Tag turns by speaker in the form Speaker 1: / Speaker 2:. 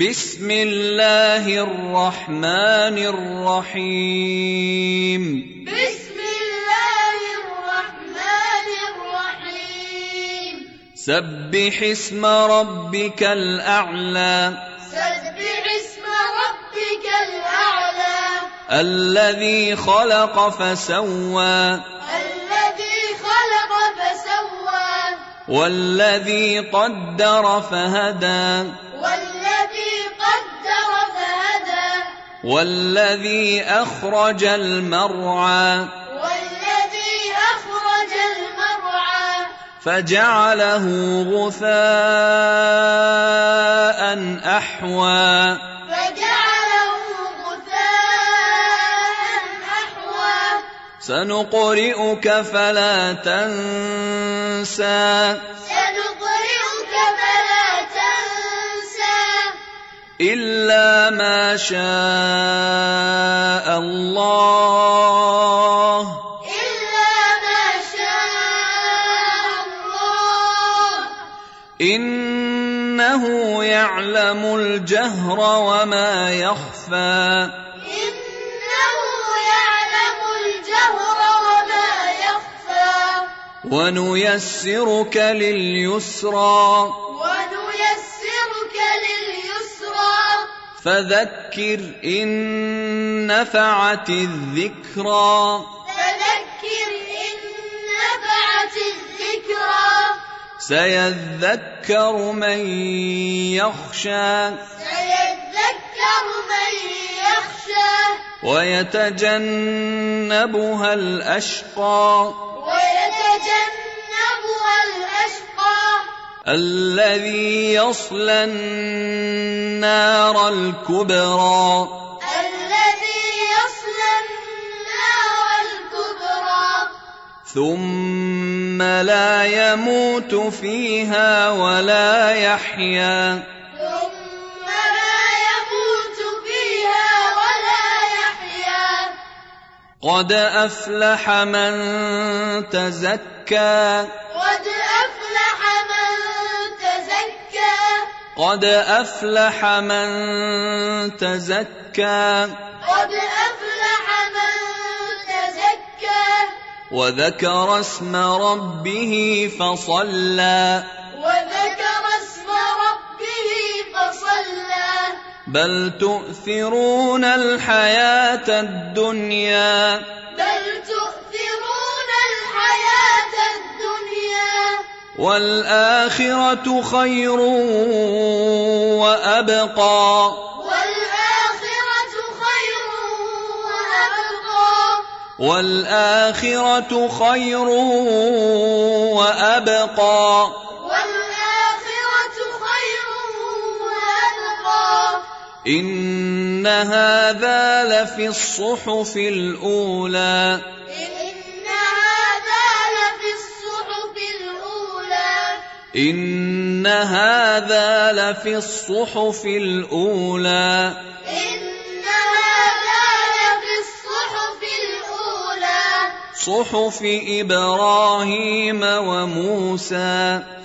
Speaker 1: بسم الله الرحمن الرحيم
Speaker 2: بسم الله الرحمن الرحيم
Speaker 1: سبح اسم ربك الأعلى
Speaker 2: سبح اسم ربك الأعلى
Speaker 1: الذي خلق فسوى
Speaker 2: الذي خلق فسوى
Speaker 1: والذي قدر فهدى
Speaker 2: والذي قدر فهدى
Speaker 1: والذي أخرج المرعى
Speaker 2: والذي أخرج المرعى
Speaker 1: فجعله غثاء أحوى
Speaker 2: فجعله غثاء أحوى
Speaker 1: سنقرئك فلا تنسى
Speaker 2: سنقرئك فلا تنسى
Speaker 1: إلا ما شاء الله
Speaker 2: إلا ما شاء الله
Speaker 1: إنه يعلم الجهر وما يخفى
Speaker 2: إنه يعلم الجهر وما يخفى
Speaker 1: ونيسرك لليسرى
Speaker 2: ونيسرك لليسرى
Speaker 1: فذكر إن نفعت الذكرى
Speaker 2: فذكر إن نفعت الذكرى
Speaker 1: سيذكر من يخشى
Speaker 2: سيذكر من يخشى
Speaker 1: ويتجنبها الأشقى
Speaker 2: ويتجنبها الأشقى
Speaker 1: الذي يصلى النار الكبرى
Speaker 2: الذي يصلى النار الكبرى
Speaker 1: ثم لا يموت فيها ولا يحيا
Speaker 2: ثم لا يموت فيها ولا يحيا
Speaker 1: قد أفلح من تزكى
Speaker 2: قد أفلح من تزكى
Speaker 1: قد أفلح من تزكى
Speaker 2: قد أفلح من تزكى
Speaker 1: وذكر اسم ربه فصلى
Speaker 2: وذكر اسم ربه فصلى
Speaker 1: بل تؤثرون الحياة الدنيا
Speaker 2: بل تؤثرون الحياة الدنيا
Speaker 1: والآخرة خير وأبقى
Speaker 2: والآخرة خير وأبقى
Speaker 1: والآخرة خير وأبقى
Speaker 2: والآخرة خير وأبقى
Speaker 1: إن هذا لفي الصحف الأولى
Speaker 2: إن هذا لفي الصحف الأولى
Speaker 1: إن هذا لفي الصحف الأولى
Speaker 2: إن هذا لفي الصحف الأولى
Speaker 1: صحف إبراهيم وموسى